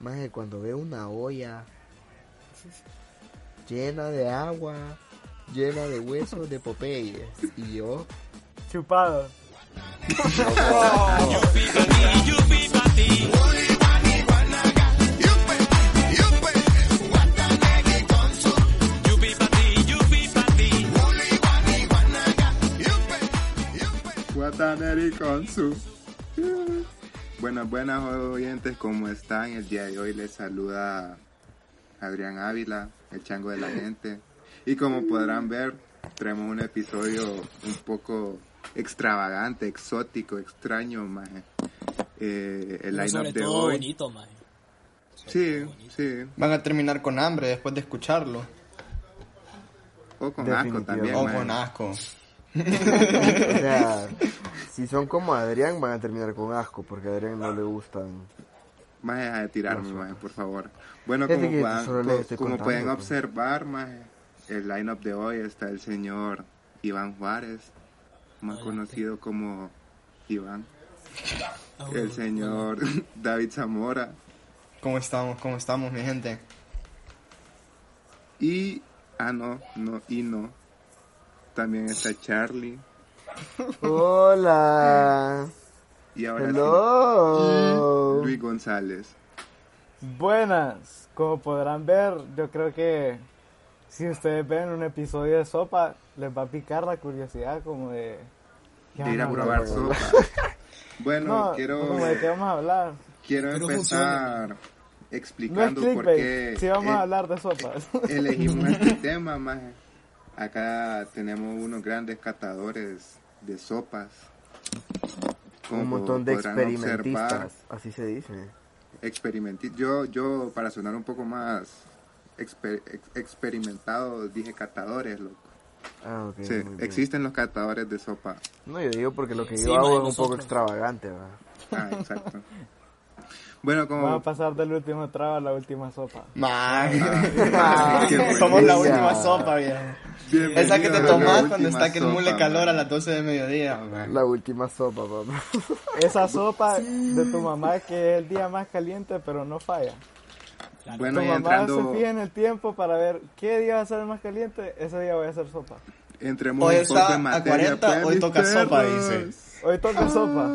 Más que cuando veo una olla llena de agua, llena de huesos de Popeyes, y yo Chupado. Guataneri con su. Buenas, buenas oyentes, ¿cómo están? El día de hoy les saluda Adrián Ávila, el chango de la gente. Y como podrán ver, traemos un episodio un poco extravagante, exótico, extraño, más el Pero line sobre de todo hoy. bonito, maje. Sobre Sí, todo bonito. sí. Van a terminar con hambre después de escucharlo. O con Definitivo. asco también. O maje. con asco. O sea, si son como Adrián van a terminar con asco porque a Adrián no le gustan. Más deja de tirarme, maje, por favor. Bueno, Fíjate como, que puedan- solo les co- estoy como contando, pueden pues. observar, maje, el line-up de hoy está el señor Iván Juárez, más Adelante. conocido como Iván. Ah, bueno, El señor David Zamora ¿Cómo estamos? ¿Cómo estamos, mi gente? y... Ah, no, no, y no. También está Charlie. Hola. Y ahora sí, Hello. Luis González. Buenas. Como podrán ver, yo creo que si ustedes ven un episodio de sopa, les va a picar la curiosidad como de... ¿qué De ir a van probar hablar? sopa. Bueno, No, quiero... como de qué vamos a hablar. Quiero Pero empezar No es explicando por qué clickbait, si vamos eh, a hablar de sopas. elegimos este tema, más Acá tenemos unos grandes catadores de sopas. Como Un montón de podrán observar, experimentistas, así se dice. experimenti- Yo, yo, para sonar un poco más exper- ex- experimentado, dije catadores, loco. Ah, ok. Sí, muy bien. existen los catadores de sopa. No, yo digo porque lo que yo Encima de hago es un poco nosotros. extravagante, ¿verdad? Ah, exacto. Bueno, Vamos como... a pasar del último trago a la última sopa. Man. Ah, qué Somos la buenísimo. última sopa, viejo. Bienvenido Esa que a te la tomás última cuando está que el mule sopa, calor a man. las 12 de mediodía. man. La última sopa, papá. Esa sopa de tu mamá que es el día más caliente, pero no falla. Claro. Bueno, tu y mamá entrando... se fija en el tiempo para ver qué día va a ser el más caliente, ese día voy a hacer sopa. Entremos Hoy un poco en está a materia, 40, pues, hoy mis toca sopa, perros. dice. Hoy toca Ah. sopa.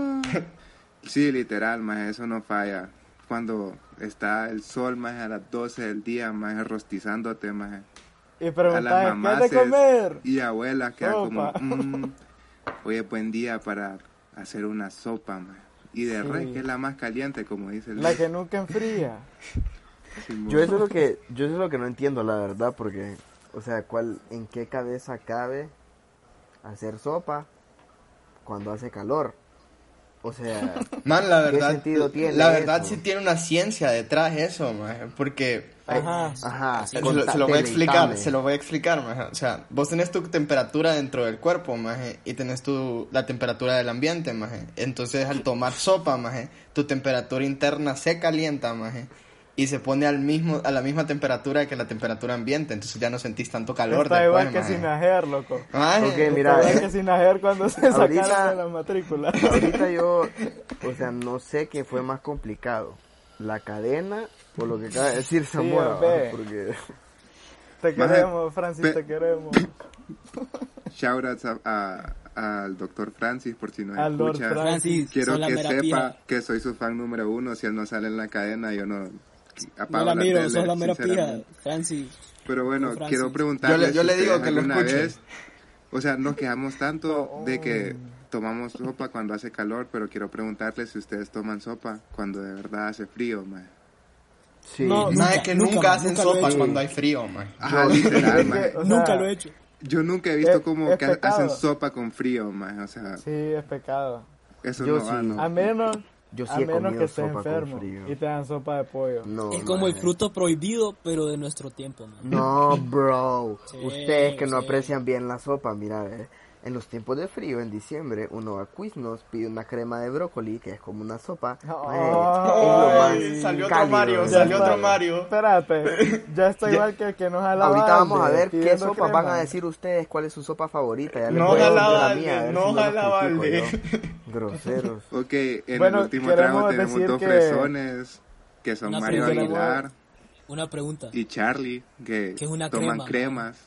Sí, literal, más eso no falla. Cuando está el sol, más a las 12 del día, más rostizándote, más Y a las preguntar, ¿qué has mamás de comer? y abuelas quedan como, Sopa. "Mm, hoy es buen día para hacer una sopa, más. Y de Sí. res, que es la más caliente, como dice el La que nunca enfría. Simón. Yo eso es lo que yo eso es lo que no entiendo la verdad porque o sea, cuál en qué cabeza cabe hacer sopa cuando hace calor. O sea, Man, la ¿Qué verdad, sentido tiene la verdad eso? sí tiene una ciencia detrás eso, man, porque Ajá. ajá, se lo, contá- se lo voy a explicar, deleitame. se lo voy a explicar, man. o sea, vos tenés tu temperatura dentro del cuerpo, man, y tenés tu, la temperatura del ambiente, man, entonces al tomar sopa, man, tu temperatura interna se calienta, man, y se pone al mismo, a la misma temperatura que la temperatura ambiente, entonces ya no sentís tanto calor Está igual que después, sin maje. ajer, loco. Maje, Ok, pues, Mira, Está igual eh. que sin ajer cuando se Ahorita- sacaron de la matrícula. Ahorita yo, o sea, no sé qué fue más complicado, la cadena o lo que acaba de decir Zamora, ve. ¿verdad? porque Te Maje, queremos, Francis, pe- te queremos. Shoutouts a- a- al doctor Francis, por si no Al Lord escucha. Francis. Francis, Quiero sos la que mera sepa pija. que soy su fan número uno. Si él no sale en la cadena, yo no apago No la miro, tele, sos la mera pija. sinceramente. Francis, Pero bueno, Francis. quiero preguntarle Yo le- yo le digo que lo escuche. o sea, nos quejamos tanto de que tomamos sopa cuando hace calor, pero quiero preguntarle si ustedes toman sopa cuando de verdad hace frío, man. sí, No, Maje, Nunca, que nunca, nunca, hacen nunca lo he sopas hecho. cuando hay frío, man. Ajá, literal, man. O sea, nunca lo he hecho. Yo nunca he visto es- como es que pecado. hacen sopa con frío, man. O sea, Sí, es pecado. eso Yo no va, sí. ¿no? A menos, Yo sí a he menos comido que estés sopa con enfermo frío. Mm. y te dan sopa de pollo. no, es como el maje. fruto prohibido, pero de nuestro tiempo, man. No, bro. Sí, Ustedes que no sí. aprecian bien la sopa, mira, eh, en los tiempos de frío, en diciembre, uno a Quiznos pide una crema de brócoli, que es como una sopa. Eh, es Ay, lo más salió otro cálido, Mario, ¿verdad? salió otro está. Mario. Espérate, ya está igual que el que nos ha lavado. Ahorita vamos a ver qué pidiendo sopas crema. van a decir ustedes, cuál es su sopa favorita. Ya les No voy a jala decir la balde, mía, a ver no si los jala critico balde. yo. Groseros. Ok, en Bueno, el último queremos trago tenemos decir dos que- fresones. que son Una Mario pregunta. Aguilar Una pregunta. y Charlie, que Que es una toman crema. cremas.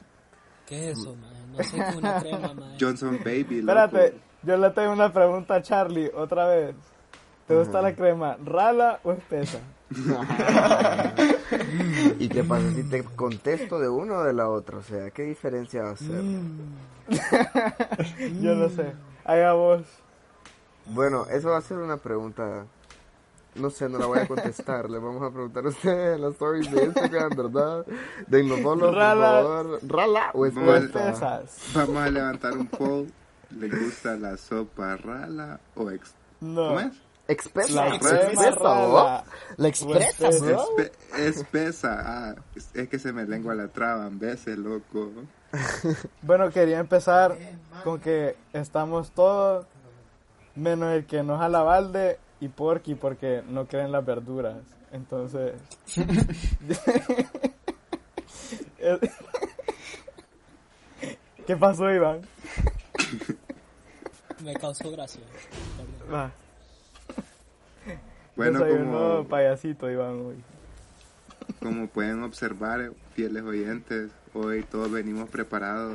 ¿Qué es eso, man? No sé qué es una crema, man. Johnson Baby, loco. Espérate, yo le tengo una pregunta a Charlie, otra vez. ¿Te gusta la crema rala o espesa? ¿Y qué pasa si te contesto de uno o de la otra? O sea, ¿qué diferencia va a hacer? Yo no sé. Haga vos. Bueno, eso va a ser una pregunta. No sé, no la voy a contestar. Le vamos a preguntar a ustedes en las stories de Instagram, ¿verdad? Dennos follow, por Rala. favor. ¿Rala o O espesa? espesas. Vamos a levantar un poll. ¿Le gusta la sopa rala o ex... No. ¿Cómo es? ¿Expesa? La ¿Expesa, crema vos? rala. Pues ¿La expresas, espesa. vos? Espe- espesa. Ah, es, es que se me lengua la traba en veces, loco. Bueno, quería empezar con que estamos todos, menos el que nos alabalde y Porky, porque no creen las verduras. Entonces. ¿Qué pasó, Iván? Me causó gracia. Perdón. Va. Bueno, Desayunó como, payasito, Iván, hoy. como pueden observar, eh, fieles oyentes, hoy todos venimos preparados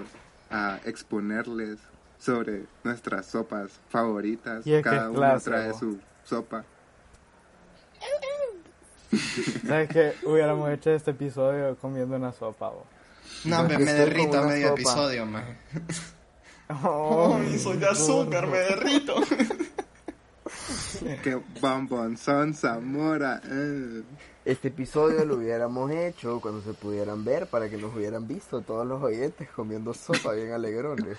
a exponerles sobre nuestras sopas favoritas. Y es que Cada es uno clase, trae vos. su sopa. ¿Sabes qué? Hubiéramos hecho este episodio comiendo una sopa, vos. No, hombre, que me estoy derrito como a una medio sopa. episodio, maje. Oh, soy de azúcar, me derrito. ¡Qué bombonzón, Zamora! eh. Este episodio lo hubiéramos hecho cuando se pudieran ver para que nos hubieran visto todos los oyentes comiendo sopa bien alegrones.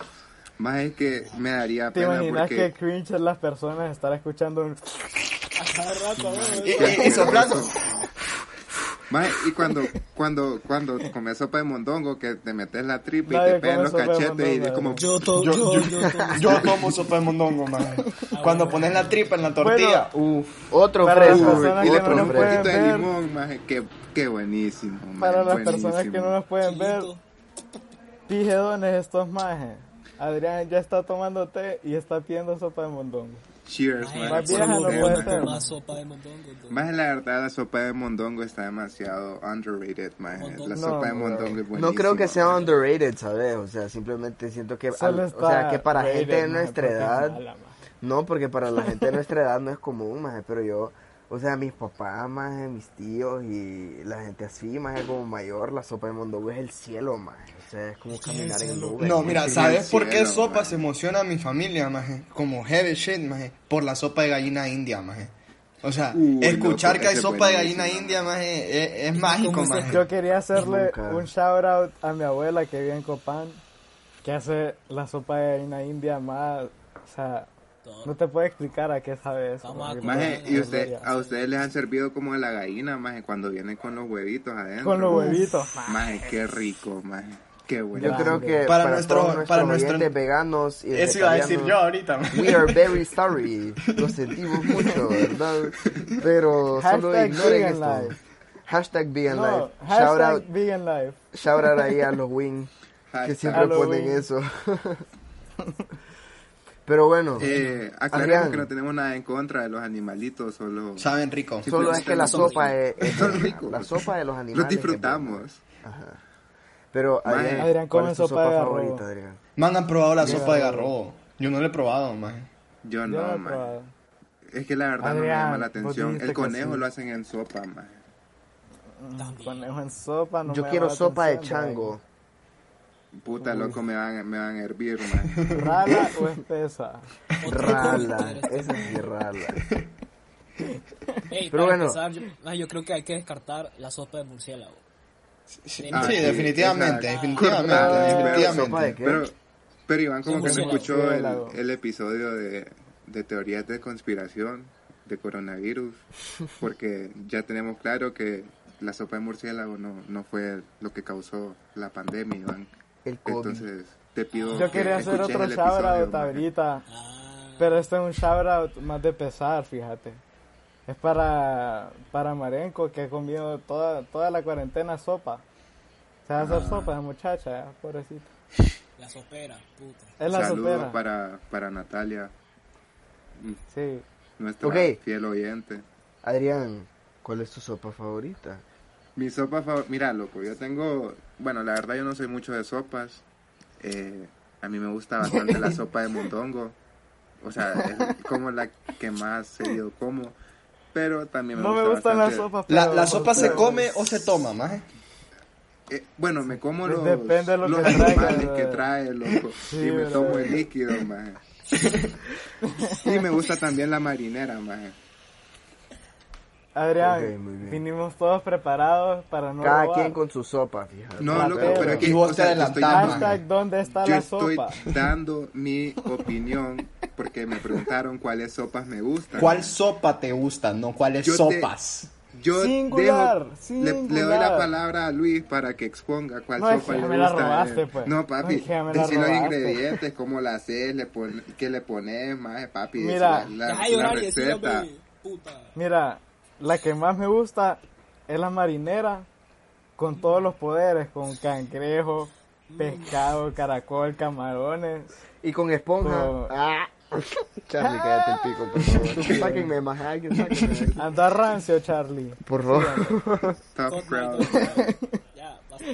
Más es que me daría ¿Te pena imaginas que porque... cringe es las personas estar escuchando un... A cada rato, Y, ¿no? y, y soplando. Mae, y cuando, cuando, cuando comes sopa de mondongo, que te metes la tripa y Nadie te pegan come los sopa de cachetes y mondongo, es como... Yo, to- Yo- yo, yo, yo- tomo- Yo como sopa de mondongo, maje. Cuando pones la tripa en la tortilla, uff. Otro Para las fresco. personas Y le que Otro pones no un nos fresco. pueden poquito de ver. limón, maje, qué, qué buenísimo, maje, Para las buenísimo. personas que no nos pueden ver, Chilito. pijedones estos majes. Adrián ya está tomando té y está pidiendo sopa de mondongo. Cheers, maje, Más por vieja no ustedes, puede maje. ser. Más sopa de mondongo. ¿no? Maje, la verdad, la sopa de mondongo está demasiado underrated, maje. La No, sopa de bro. mondongo es buenísima. No creo que sea maje. underrated, ¿sabes? O sea, simplemente siento que... al- Solo o sea, está que para rated, gente de maje, nuestra porque es edad... mala, maje. No, porque para la gente de nuestra edad no es común, maje, pero yo, o sea, mis papás, maje, mis tíos y la gente así, maje, como mayor, la sopa de mondongo es el cielo, maje, o sea, es como caminar en nubes. No, mira, ¿sabes por qué Cielo, sopa maje. se emociona a mi familia, maje? Como heavy shit, maje. Por la sopa de gallina india, maje. O sea, Uy, escuchar loco, que hay ese es sopa de buenísimo, gallina maje. india, maje, es, es mágico, ¿Cómo se- maje. Yo quería hacerle Nunca. un shout out a mi abuela que vive en Copán, que hace la sopa de harina india más... O sea, no te puedo explicar a qué sabe eso. Vamos a maje. Maje, y Ay, usted, ah, gloria. a ustedes les han servido como de la gallina, maje, cuando vienen con los huevitos adentro. Con los huevitos. maje. Maje, qué rico, maje. Qué bueno. Yo creo que para, Para nuestro- todos nuestros para nuestro- oyentes veganos y Eso iba a decir yo vegetarianos, ahorita, maje. We are very sorry, lo sentimos mucho, ¿verdad? Pero solo Hashtag ignoren vegan esto. life. Hashtag vegan No, life. Shout hashtag out, vegan life. shout out ahí a los wing. que Hashtag. siempre ponen Halloween. eso. Pero bueno, Eh, aclaremos Adrián. que no tenemos nada en contra de los animalitos, solo Saben rico. solo es que la son sopa es, es Son buena, ricos. la sopa de los animales. los es buena. disfrutamos. Pero Mae. Adrián, Adrián, ¿cuál come es tu sopa sopa de favorita, arroz. Adrián? Man, han probado la sopa de garrobo. Yo no la he probado, maje. Yo Yo no no, he maje. probado. Es que la verdad no me Adrián, llama la vos atención. dijiste El que conejo sí. lo hacen en sopa, maje. Conejo en sopa, no Yo me quiero llama la sopa de atención, chango. Puta, loco, me van, me van a hervir, maje. ¿verdad? ¿Rala o espesa? Otro Rala, comentario. esa sí es rala. Pero Ey, para bueno. empezar, yo, ah, yo creo que hay que descartar la sopa de murciélago. Sí, Ah, sí, exacto. definitivamente, definitivamente, Cortada, sopa de definitivamente. ¿Qué? Pero, pero Iván como Son que no murciélagos. escuchó el, Murciélagos. el episodio de, de teorías de conspiración de coronavirus, porque ya tenemos claro que la sopa de murciélago no, no fue lo que causó la pandemia, Iván. El COVID. Entonces, te pido Yo quería que hacer escuches otro el shout episodio, out maje. ahorita, Ah, pero este es un shout out más de pesar, fíjate. Es para, para Marenco, que ha comido toda, toda la cuarentena sopa. Se va a hacer Ah. sopa, esa muchacha, eh, pobrecita. la sopera, puta. Es la Saludos sopera. para, para Natalia, Sí. nuestra Ok. fiel oyente. Adrián, ¿Cuál es tu sopa favorita? Mi sopa favorita, mira loco, yo tengo, bueno, la verdad yo no soy mucho de sopas. Eh, a mí me gusta bastante la sopa de mondongo. O sea, es como la que más seguido como. Pero también me No me gusta gustan las bastante- sopas. La, pero- la sopa se pero- come o se toma, maje. Eh, bueno, me como los, Pues Depende de lo los que traiga, animales brother. que trae, loco. Sí, y me brother. tomo el líquido, maje. y me gusta también la marinera, maje. Adrián, Ok, muy bien. vinimos todos preparados para no Cada robar. quien con su sopa, fíjate. No, La loco, pera. pero es que... Y vos te yo estoy- adelantás, maje. Hashtag, ¿dónde está Yo la estoy sopa? dando mi opinión porque me preguntaron cuáles sopas me gustan. ¿Cuál sopa te gusta? No, ¿cuáles Yo te- sopas? Yo Singular, dejo- singular. Le, le doy la palabra a Luis para que exponga cuál No, es sopa que le me la gusta. a robaste, él. pues. No, papi, Es que me la decí los robaste. ingredientes, cómo la haces, le pon- qué le pones, más, papi, decí Mira. la, la- Deja de la llorar y decirlo, receta. baby. Puta. Mira, la que más me gusta es la marinera con todos los poderes, con cangrejo, pescado, caracol, camarones. Y con esponja. Con- Ah. Charlie, cállate el pico, por favor. Sáquenme más alguien, sáquenme de aquí. Anda rancio, Charlie. Por favor. Top Fuck my crowd. dog. Ya, basta.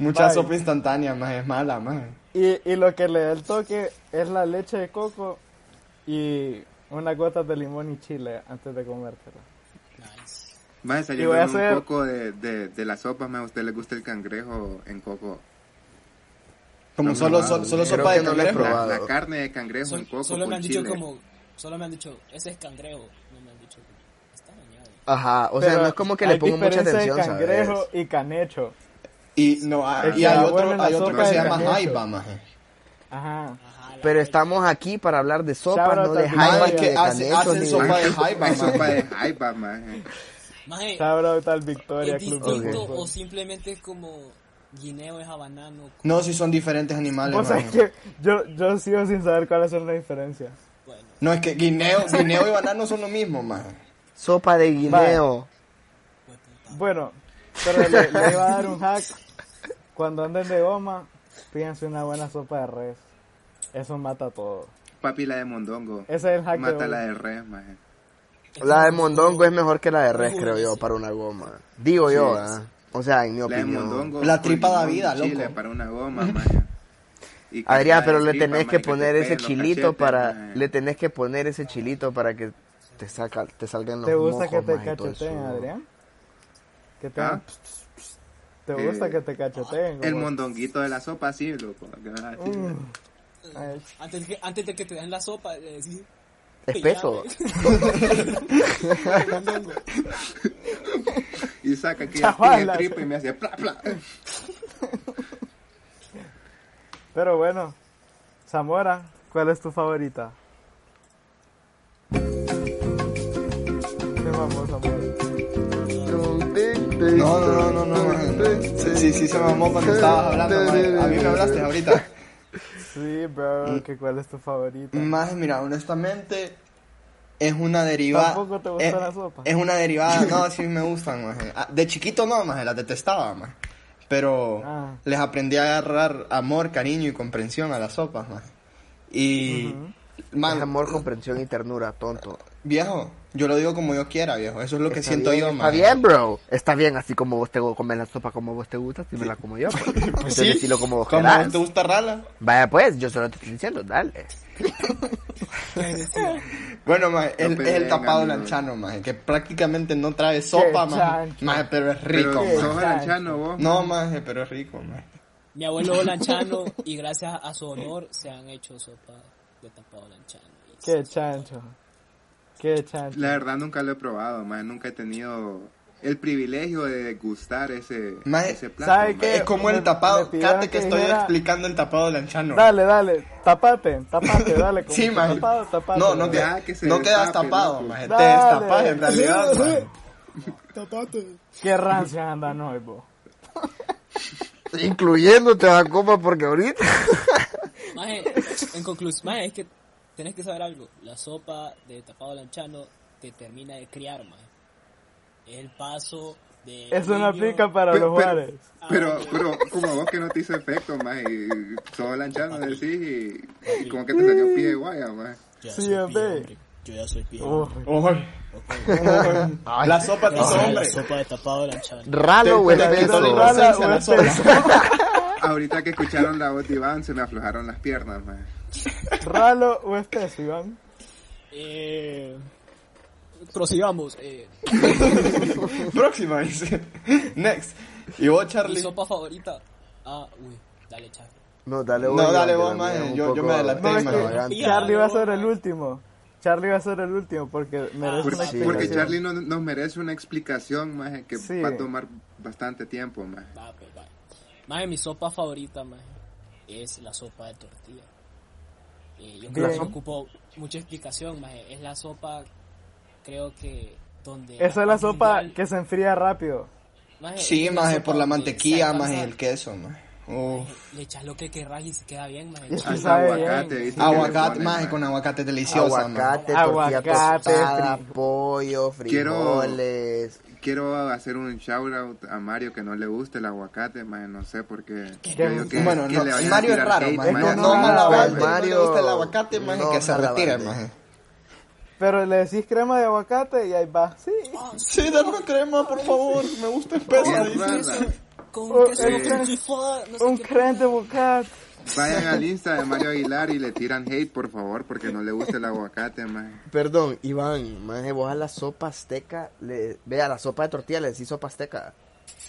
Mucha Bye. sopa instantánea, maje, es mala, maje. Y, y lo que le da el toque es la leche de coco y unas gotas de limón y chile antes de comértela. Nice. Más Y voy a saliendo un hacer- poco de, de, de la sopa, más a usted le gusta el cangrejo en coco. Como No, solo, no, so- no, solo creo sopa de que no lo he cangrejo. probado. La, la carne de cangrejo Sol- en coco solo con me han dicho chile. como. Solo me han dicho, ese es cangrejo. No me han dicho. Está dañado. Ajá, o sea, Pero no es como que le hay pongo mucha diferencia atención, de cangrejo ¿sabes? y canecho. Y no, ah, El y hay carabuelo en otro, la hay otro sopa que de se llama cangrejo. jaiba, maje. Ajá. Ajá, la Pero verga. estamos aquí para hablar de sopa, Chabra no de también. jaiba, Madre, ni que de hace- canecho, hacen ni de... sopa de jaiba, Hay maje. sopa de jaiba, maje. Maje, Shout out al Victoria ¿es Club. distinto de Ok. o Fútbol. simplemente es como guineo es habanano? Como, No, si son diferentes animales, Vos maje. sabés que yo, yo sigo sin saber cuáles son las diferencias. Bueno, No, es que guineo, guineo y banano son lo mismo, maje. Sopa de guineo. pues, puta. Bueno, pero le, le iba a dar un hack. Cuando anden de goma, pídanse una buena sopa de res. Eso mata todo. Papi, la de mondongo. Ese es el hack Mata de la hoy. de res, maje. La de mondongo es mejor que la de res, Ujú, creo yo, sí. para una goma. Digo yo, Sí. ¿ah? O sea, en mi La de opinión. mondongo. La con tripa da limón y vida, chile loco. para una goma, maje. Y que Adrián, la pero le tripa, tenés maje, que te poner ese peguen los chilito cachetes, eh. para... maje. Le tenés que poner ese chilito para que te saca, te salgan los ¿Te gusta que mojos, te maje, y todo el cacheteen, sudor. Adrián? Que te, ¿Ah? ¿Te gusta Eh, que te cacheteen? El como- mondonguito de la sopa, sí, loco. que va así. Ay, Antes, que- antes de que te den la sopa, le decís. Espeso. mondongo. Y saca aquella Chaval, pinche la- tripa y me hace pla, pla. Pero bueno, Zamora, ¿cuál es tu favorita? Te vamos, Zamora. No, no, no, no, no, maje, no. Sí, sí, se mamó cuando estabas hablando, maje. A mí me hablaste ahorita. Sí, bro, que cuál es tu favorita. Más, mira, honestamente, es una derivada. ¿Tampoco te gusta es, la sopa? Es una derivada, no, sí me gustan, maje. Ah, De chiquito no, maje, las detestaba, maje. Pero Ah. les aprendí a agarrar amor, cariño y comprensión a las sopas, maje. Y. man, Es amor, comprensión y ternura, tonto. viejo, yo lo digo como yo quiera, viejo. Eso es lo que Está siento bien, yo, Está maje. bien, bro. Está bien, así como vos te go- comes la sopa como vos te gusta, si me la como yo. pues. Pues Entonces, sí, decilo como vos como querás. te gusta rala. Vaya pues, yo solo te estoy diciendo, dale. Bueno, maje, No el, es el peleen, tapado amigo. lanchano, maje, que prácticamente no trae sopa, maje. chancho. Maje, pero es rico, Pero maje. sos aranchano, vos. No, maje, pero es rico, maje. Mi abuelo Lanchano, y gracias a su honor, se han hecho sopa de tapado Lanchano. Y Qué chancho. Qué chancho. La verdad, nunca lo he probado, maje. Nunca he tenido el privilegio de gustar ese, Maje, ese plato. ¿sabe maje. qué? Es como Me- el me tapado. pidieron Cate que que estoy dijera- explicando el tapado lanchano. Dale, dale, tapate, tapate, dale. como Sí, que maje. Tapado, tapado. No, no, te- te, Ya, que se no quedas destape, tapado, loco. maje. Te Dale. destapas en realidad, maje. Tapate. Qué rancias andan hoy, bo. Incluyéndote a copa porque ahorita. Maje, en conclusión, maje, es que tenés que saber algo. La sopa de tapado Lanchano te termina de criar, maje. Es el paso de. Eso no niño- aplica para Pe- los pero- bares. Pero, pero, como vos que no te hizo efecto, maje, y sos lanchano, decís, y, y como que te salió pie de guaya, maje. Yo ya Sí, soy hombre. hombre. Yo ya soy pie. Uy, Ojo, Ay, La sopa te esa hizo es Ah, hombre. La sopa de tapado lanchado. Ralo huele Te a quitó la eso. inocencia, la sopa. Ahorita que escucharon la voz de Iván, se me aflojaron las piernas, maje. ¿Ralo o espeso, Iván? Eh, prosigamos. Eh, Próxima, dice. Next. Y vos, mi Charlie. sopa favorita. Ah, uy, dale, Charlie. No, dale No, vos. Iván, dale que vos, también maje, es un yo- yo poco me adelanté, No, es maje. extravagante. que Charlie va a ser el último. Charlie va a ser el último porque merece Porque, una sí, porque sí. explicación. Charlie no- nos merece una explicación, maje, que Sí. va a tomar bastante tiempo, maje. Va, pues, va. Maje, mi sopa favorita, maje, es la sopa de tortilla. Eh, yo creo Bien. que no ocupo mucha explicación, maje. Es la sopa, creo que, donde... Esa es la sopa que se enfría rápido. Sí, maje, por la mantequilla, más más el queso, maje. Uf. Le echas lo que querrás y se queda bien, maje. Y Chile, sabe aguacate, bien. dice que le Aguacate, ponen, maje, maje. con aguacate deliciosa, Aguacate, maje. tortilla Aguacate, tostada, frijol. pollo, Quiero- frijoles. Quiero hacer un shout out a Mario que no le gusta el aguacate, maje, no sé por qué. ¿Qué? Yo digo que- Bueno, que no, le vayan a Mario es tirar raro, hate, maje. maje, No, a- no, no, no, malabares, no le gusta el Mario, aguacate, maje, no, que se malabares. retire, maje. Pero le decís crema de aguacate y ahí va. Sí. Sí, dame crema, por favor. Me gusta espesa, Bien, dice. rara. Con Un- queso, un- con chifada, no sé Un qué. creme de bocata. Vayan al Insta de Mario Aguilar y le tiran hate, por favor, porque no le gusta el aguacate, maje. Perdón, Iván, maje, vos a la sopa azteca, le... ve a la sopa de tortilla, le decís sopa azteca.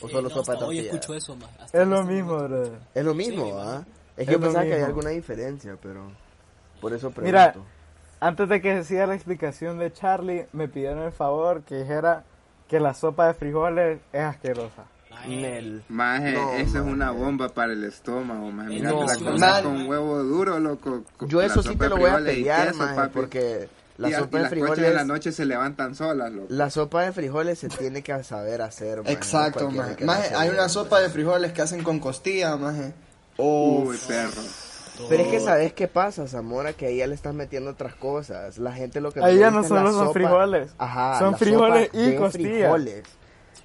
O Eh, solo no, sopa de hasta Hoy tortilla. escucho eso, maje. Hasta Es lo este mismo, momento. brother. Es lo mismo, ¿ah? Es que Es yo lo pensaba que había mismo. alguna diferencia, pero por eso pregunto. Mira, antes de que siga la explicación de Charlie, me pidieron el favor que dijera que la sopa de frijoles es asquerosa. Maje, Nel. Maje, No, eso es una maje. bomba para el estómago, maje. Mira, No, te la maje. comes con huevo duro, loco. con Yo la eso sí sopa te de lo voy a frijoles y pelear, queso, maje, papi. porque Y la sopa de a- y las coches de la frijoles... noche se levantan solas, loco. La sopa de frijoles se tiene que saber hacer, maje, no Exacto, cualquiera maje. que la Maje, hace hay bien, una sopa de maje. frijoles que hacen con costilla, maje. Uf. Uy, perro. Pero es que sabes qué pasa, Zamora, que ahí ya le estás metiendo otras cosas. La gente lo que Ahí le ya no gusta es la solo son sopa- frijoles. Ajá, Son la sopa frijoles y de costilla. frijoles.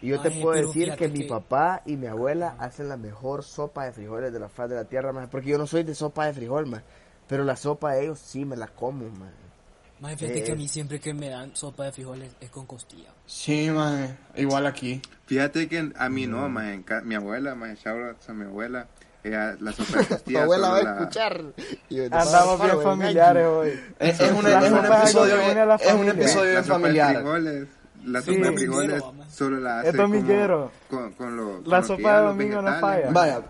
Y yo te Ay, puedo pero decir fíjate que mi que- papá y mi abuela hacen la mejor sopa de frijoles de la faz de la tierra, maje, porque yo no soy de sopa de frijol, maje, pero la sopa de ellos sí me la como, maje. maje, fíjate que a Eh. mí siempre que me dan sopa de frijoles es con costilla. Sí, maje. Igual aquí. Fíjate que a mí no, maje. en ca- Mi abuela, maje, shout outs a mi abuela. Ella, la sopa de Tu costilla. abuela solo va a la- escuchar. Y yo, Ah, Andamos "Paro, bien venga, familiares Angie". hoy. Es, Sí, es una- es un sopa es algo episodio, que une a la es un familia. episodio La bien sopa de familiar. frijoles. La Sí. sopa de frijoles Dominguero, maje. solo la Es hace dominguero. Como, con, con lo, La con lo sopa que ya de los domingo no vegetales, falla. maje. Vaya.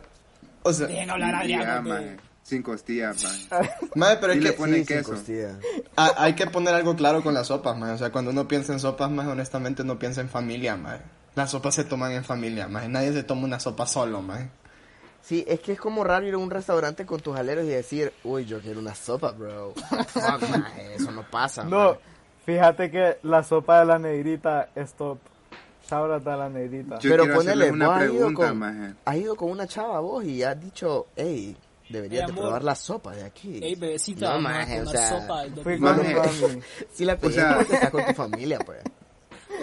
O sea, Dejen hablar a Y ya, Adrián, maje, hombre. Sin costillas, maje. maje, pero Y es le que pone Sí, sin queso. costilla. Ah, hay que poner algo claro con las sopas, maje. O sea, cuando uno piensa en sopas, más honestamente no piensa en familia, maje. Las sopas se toman en familia, maje. Nadie se toma una sopa solo, maje. Sí, es que es como raro ir a un restaurante con tus aleros y decir, uy, yo quiero una sopa, bro. Fuck, maje, eso no Ah, pasa. No, maje. fíjate que la sopa de la negrita es top. Sabra de la negrita. Yo Pero quiero ponele, hacerles una vos has ido, pregunta, con, maje. has ido con una chava vos y has dicho, hey, deberías Ey, de amor. probar la sopa de aquí. Ey, bebecita, No, vamos maje, a o tomar sea, sopa el Fui domingo. con Mami. un mami. Si la pedís sea- porque estás con tu familia, pues.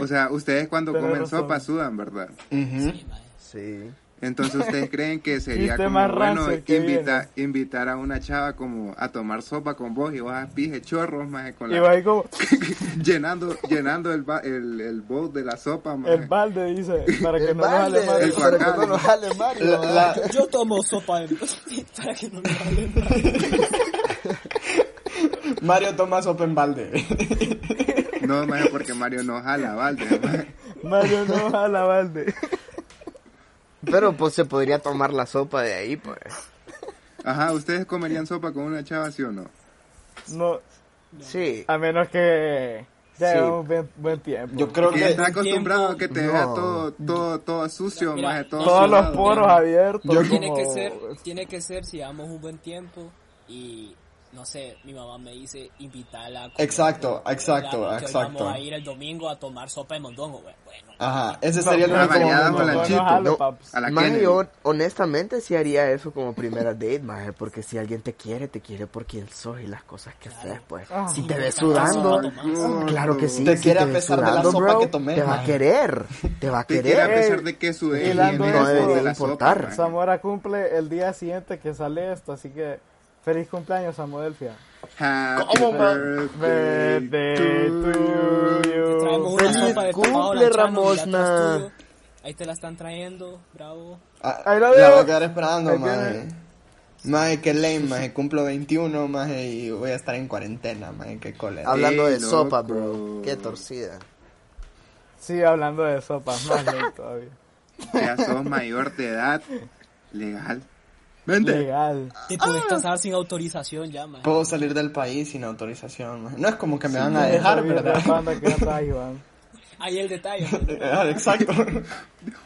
O sea, ustedes cuando Tenés comen razón. sopa sudan, ¿verdad? Ujú. Sí, maje. Sí. Entonces, ¿ustedes creen que sería Chiste como más bueno rancio que invita- vienes. invitar a una chava como a tomar sopa con vos y vos a pije chorros, maje, con la- Y va ahí como llenando, llenando el, ba- el, el bowl de la sopa, maje? el balde, dice, para que El no nos balde, hable más. El para que guacal. no nos jale Mario. La- ¿verdad? la- Yo tomo sopa de para que no me hablen mal. Mario toma sopa en balde. No, maje, porque Mario no jala, balde, maje. Mario no jala balde. Pero pues se podría tomar la sopa de ahí, pues. Ajá, ¿ustedes comerían sopa con una chava, sí o no? No, Sí. a menos que ya Sí. llevamos bien- buen tiempo. Yo creo Que que... está acostumbrado a que te vea No. todo, todo, todo sucio, Mira, maje, todo Todos los sudado, poros maje. abiertos. Yo- tiene como- que ser, tiene que ser si damos un buen tiempo y no sé, mi mamá me dice invitarla. a comer, Exacto, que exacto, hoy exacto. Vamos a ir el domingo a tomar sopa de mondongo, güey. Bueno, Ajá, ese sería el No, único variada momento, con la maje. no, chip. no jalo, No. paps. A la Maje, Kennedy. yo honestamente sí haría eso como primera date, maje, porque si alguien te quiere, te quiere por quien sos y las cosas que haces, pues. Ah. si te ves Ay, sudando, mm, gordo. claro que sí. Te si quiere a ves pesar de la sudando, sopa bro, que tomé, Te va a maje. querer, te va a Te quiere a querer. pesar de que sude Y dando en eso, el bowl de la debería importar. sopa, maje. Zamora cumple el día siguiente que sale esto, así que feliz cumpleaños, Samuelfia. Happy ¿Cómo, man? birthday Vete to you. Te traemos una ¡Feliz sopa de cumple, tapado lanchano, mira, Ramosna! atrás tuyo. Ahí te la están trayendo, bravo. Ah, Ahí lo La veo. voy a quedar esperando, Ahí maje. viene. Maje, qué lame, maje. Cumplo 21, maje, y voy a estar en cuarentena, maje. Qué cólera. Hablando de Sí, sopa, loco. bro. Qué torcida. Sí, hablando de sopas, más lento todavía. Ya sos mayor de edad. Legal. Vente. Legal. Te puedes casar sin autorización ya, maje. Puedo salir del país sin autorización, maje. No es como que me van a Deja dejar, vivir ¿verdad? la banda que ya está Iván. Ahí el detalle. maje. Ah, Exacto.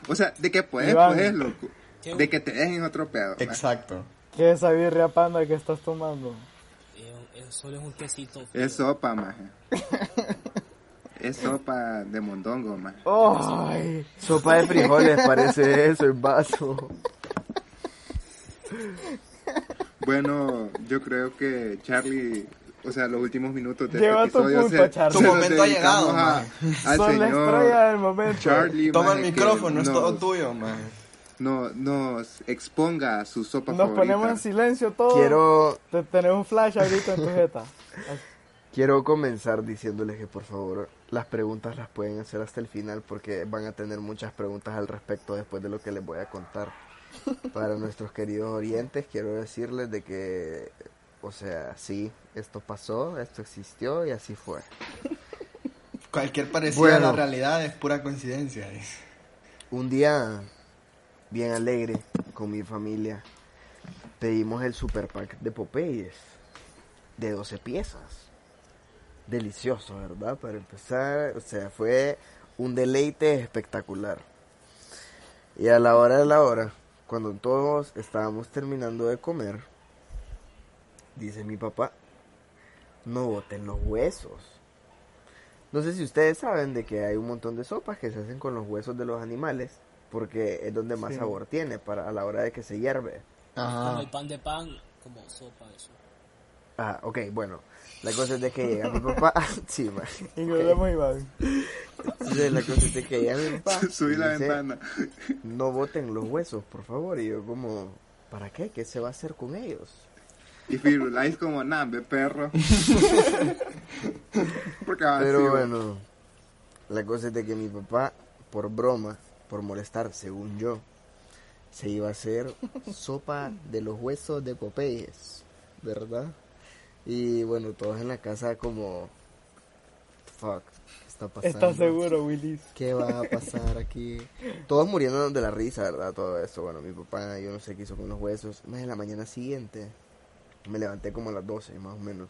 O sea, de que puedes, Iván. puedes, loco. De que te dejen otro pedo. man. Exacto. ¿Qué es esa birria panda que estás tomando? Eh, eh, solo es un quesito. frío. Es sopa, maje. Es sopa de mondongo, maje. ¡Ay! Sopa de frijoles parece eso, en vaso. Bueno, yo creo que Charlie, o sea, los últimos minutos de Lleva este tu episodio punto, Charlie. Tu los momento ha dedicamos llegado, a- maje. al Son la estrella señor del momento. Charlie. Toma el maje, que micrófono, es nos- todo tuyo, maje. no- Nos exponga su sopa Nos favorita. ponemos en silencio todos. Quiero, Te- Tenés un flash ahorita en tu jeta. quiero comenzar diciéndoles que por favor las preguntas las pueden hacer hasta el final porque van a tener muchas preguntas al respecto después de lo que les voy a contar. Para nuestros queridos orientes quiero decirles de que, o sea, sí, esto pasó, esto existió y así fue. Cualquier parecido a Bueno. la realidad es pura coincidencia. dice. Un día bien alegre con mi familia pedimos el super pack de Popeyes de 12 piezas. Delicioso, ¿verdad? Para empezar, o sea, fue un deleite espectacular. Y a la hora de la hora, cuando todos estábamos terminando de comer, dice mi papá, no boten los huesos. No sé si ustedes saben de que hay un montón de sopas que se hacen con los huesos de los animales, porque es donde más Sí. sabor tiene para a la hora de que se hierve. Con Ajá. el pan de pan, como sopa eso. Ah, ok, bueno. La cosa es de que llega mi papá. Sí, ma. Y nos vemos Iván. Entonces, La cosa es de que llega mi papá. Subí y la dice, ventana. No boten los huesos, por favor. Y yo, como, ¿para qué? ¿Qué se va a hacer con ellos? Y Firulais como nambe, perro. Porque va Pero bueno, la cosa es de que mi papá, por broma, por molestar, según yo, se iba a hacer sopa de los huesos de Popeyes, ¿verdad? Y bueno, todos en la casa, como, fuck, ¿qué está pasando? ¿Estás seguro, Willis? ¿Qué va a pasar aquí? Todos muriéndonos de la risa, ¿verdad? Todo esto. Bueno, mi papá, yo no sé qué hizo con los huesos. Más en la mañana siguiente, me levanté como a las 12, más o menos.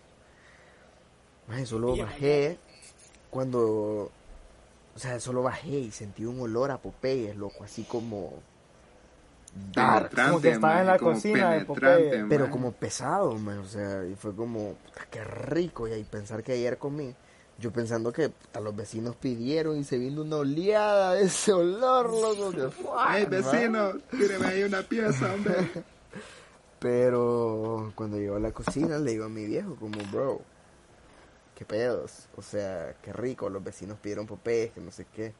Más solo Bien. bajé cuando. O sea, solo bajé y sentí un olor a Popeyes, loco, así como. Dark, penetrante, Como que estaba en maje, la como cocina de penetrante, Popeye. pero maje. como pesado, man, o sea, y fue como, puta, qué rico, y ahí pensar que ayer comí, yo pensando que puta, los vecinos pidieron y se vino una oleada de ese olor, loco, que fuck, ¡Ey, man. vecino! Tíreme ahí una pieza, hombre. Pero cuando llegó a la cocina le digo a mi viejo, como, bro, qué pedos, o sea, qué rico, los vecinos pidieron papés, que no sé qué.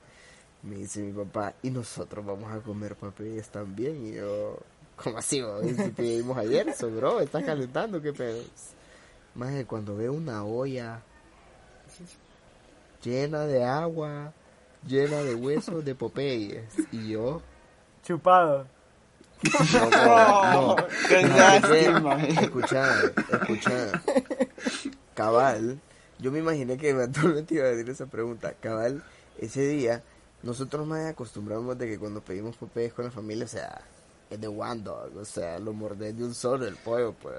Me dice mi papá, y nosotros vamos a comer papés también, y yo, ¿cómo así, bro? Y si pedimos ayer eso, bro, estás calentando, qué pedos. Más que cuando veo una olla llena de agua, llena de huesos de Popeyes, y yo, Chupado. no, no, no. Qué Escuchá, nasty, maje. Escuchá, escuchá. Cabal, yo me imaginé que eventualmente iba a decir esa pregunta. Cabal, ese día, nosotros más acostumbramos de que cuando pedimos popeyes con la familia, o sea, es de one dog, o sea, lo mordés de un solo el pollo, pues.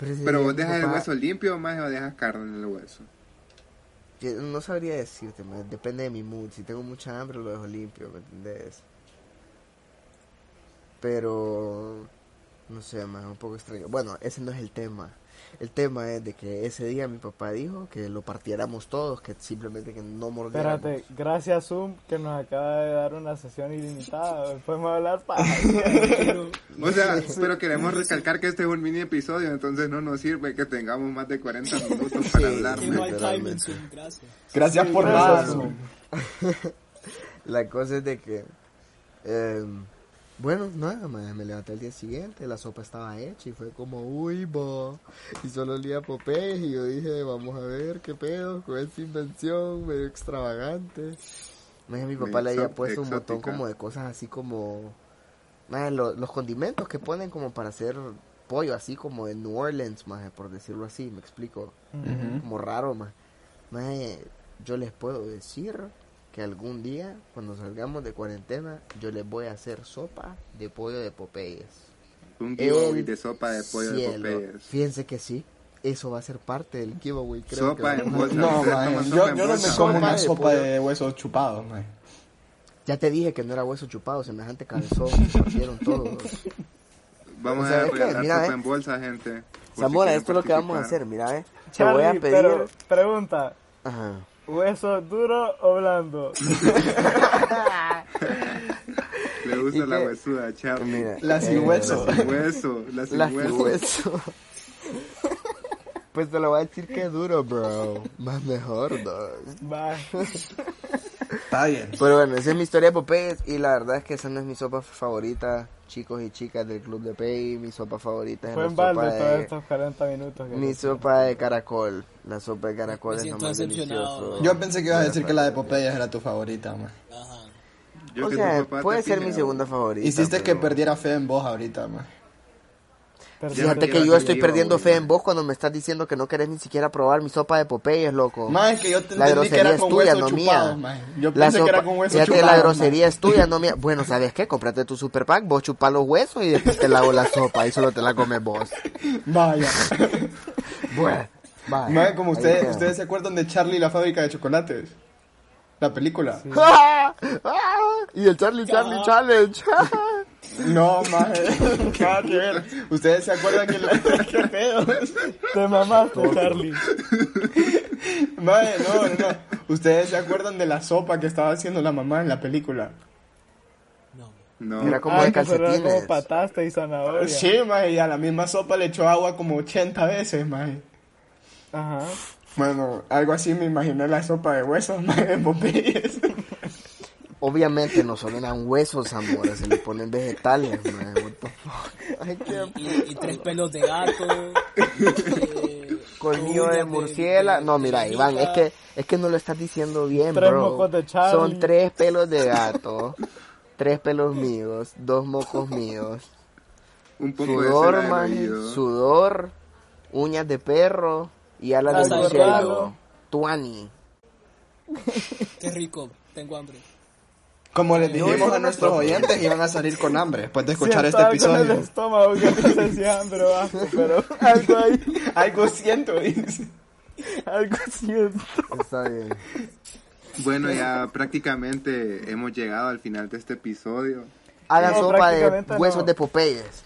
ese Pero día vos mi dejas el papá- hueso limpio, maje, o dejas carne en el hueso. que No sabría decirte, ma, depende de mi mood. Si tengo mucha hambre, lo dejo limpio, ¿me entendés? Pero. No sé, más un poco extraño. Bueno, ese no es el tema. El tema es de que ese día mi papá dijo que lo partiéramos todos, que simplemente que no mordiéramos. Espérate, gracias Zoom que nos acaba de dar una sesión ilimitada. Podemos hablar para. Pero, O sea, pero queremos recalcar que este es un mini episodio, entonces no nos sirve que tengamos más de 40 minutos para Sí. hablar. que man. no hay time en Literalmente. Zoom, gracias. Gracias por gracias, nada, Zoom. man. La cosa es de que. em, Bueno, nada, maje, me levanté el día siguiente, la sopa estaba hecha y fue como, uy, va. Y solo olía a Popeyes y yo dije, vamos a ver qué pedo con esta invención medio extravagante. Maje, mi papá le había Exo- puesto un montón exótica. como de cosas así como, maje, lo- los condimentos que ponen como para hacer pollo, así como en New Orleans, maje, por decirlo así, me explico. Como raro, más. yo les puedo decir que algún día, cuando salgamos de cuarentena, yo les voy a hacer sopa de pollo de Popeyes. Un El giveaway de sopa de pollo cielo. de Popeyes. Fíjense que sí. Eso va a ser parte del giveaway, creo Sopa que- en bolsa. No, Ustedes maje, toman sopa yo, en yo no bolsa. me como Sopa una de sopa pollo. de huesos chupados, maje. Ya te dije que no era hueso chupado, semejante cabezón, se partieron todos. Vamos O sea, a es que, regalar mira, sopa eh. en bolsa, gente. por Zamora, si esto es lo que quieren vamos a hacer, participar. mira, eh. Te Charlie, voy a pedir... pero pregunta, Ajá. ¿hueso duro o blando? Le gusta ¿Y la qué? huesuda, Charlie. Mira, La sin eh, hueso. Sin hueso, la sin La hueso. hueso. Pues te lo voy a decir que duro, bro. Más mejor, dog. Va. Está bien. Pero bueno, esa es mi historia de Popeyes y la verdad es que esa no es mi sopa favorita, chicos y chicas del club de Pey, mi sopa favorita es Fue la en balde sopa todos de, estos 40 minutos. que- mi sopa de caracol, la sopa de caracol Me es la siento más decepcionado, deliciosa. man. Yo pensé que ibas a decir que la de Popeyes era tu favorita, maje. Ajá. Yo o que tu sea, papá te puede ser mi pida, segunda güey. favorita. Hiciste que pero- perdiera fe en vos ahorita, maje. Perdón. Fíjate que Ya no yo quiero estoy hacer perdiendo yo, fe güey. en vos cuando me estás diciendo que no querés ni siquiera probar mi sopa de Popeyes, loco. Maje, que yo te La entendí que grosería era es con tuya, huesos no mía. chupados, maje. Yo La pensé que era sopa- con huesos fíjate, chupados. la maje. grosería es tuya, no mía. Bueno, ¿sabes qué? Cómprate tu super pack, vos chupás los huesos y después te lavo la sopa y solo te la comes vos. Vaya. Bueno, vaya, Maje, como ahí ustedes, queda. ustedes se acuerdan de Charlie y la fábrica de chocolates. La película. ¡Ah! ¡Ah! Y el Charlie Charlie Challenge. No, maje. Nada que ver. Ustedes se acuerdan que lo- ¿Qué pedo? Te mamaste, Charlie. Maje, no, no, no. Ustedes se acuerdan de la sopa que estaba haciendo la mamá en la película. No, güey. No, Era como Ay, de que se veía calcetines. como patasta y zanahoria. Sí, maje, y a la misma sopa le echó agua como 80 veces, maje. Ajá. Bueno, algo así me imaginé la sopa de huesos, maje, de Popeyes. Obviamente no solo eran huesos, amor, se le ponen vegetales, man. What the fuck. Ay, qué Y, y- y tres pelos de gato. eh, Colmillo uñas de murciélago. No, mira, de Iván, es hormiga. que es que no lo estás diciendo bien, Tres bro. mocos de Charlie. Son tres pelos de gato, tres pelos míos, dos mocos míos, un poco de cera sudor, del maje, oído. sudor, uñas de perro y alas Pasa de de murciélago. palo. Tuani. Qué rico, tengo hambre. Como les dijimos eso a no nuestros es oyentes, iban a salir con hambre después de escuchar Siento este algo en el episodio. estómago que no sé si hambre o asco, ah, pero algo ahí, Algo siento, dice. algo siento. Está bien. Bueno, ya prácticamente hemos llegado al final de este episodio. Hagan No, sopa de prácticamente no. huesos de Popeyes.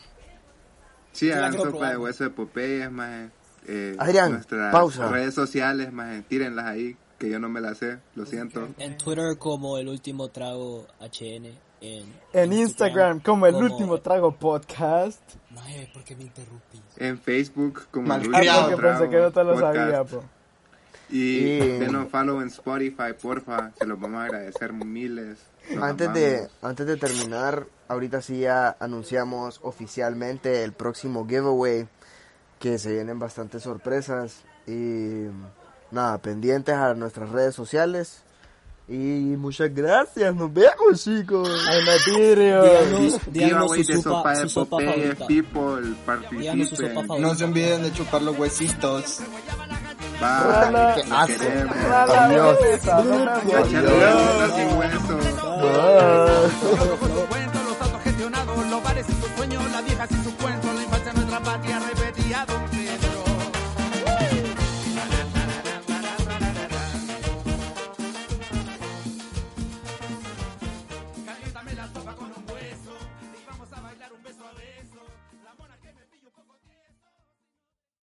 Sí, Yo la hagan quiero sopa probar. de hueso de Popeyes, maje. Eh, Adrián, nuestras pausa. redes sociales, maje, tírenlas ahí, que yo no me las sé, lo siento. En Twitter como el último trago HN. En, En Instagram, como el último trago podcast. Mae, ¿por qué me interrumpí? En Facebook, como Malcriado. Ah, Criado, porque Luis Trago pensé que no te lo Podcast. sabía, po. Y Y- denos follow en Spotify, porfa, se los vamos a agradecer miles. Los Antes amamos. de, antes de terminar, ahorita sí ya anunciamos oficialmente el próximo giveaway, que se vienen bastantes sorpresas y nada, pendientes a nuestras redes sociales. Y muchas gracias, nos vemos chicos. Ay, no, tirio. Díganos, díganos Giveaway su de sopa sopa, de su sopa Popeyes, favorita. people, Díganos su sopa participen. favorita. No se olviden de chupar los huesitos. Bye, Qué los asco. queremos. Adiós. Ya Charlie, sin hueso. cuentos, los autogestionados, los bares y sus sueños, las viejas y sus cuentos, la infancia en nuestra patria repetía donde.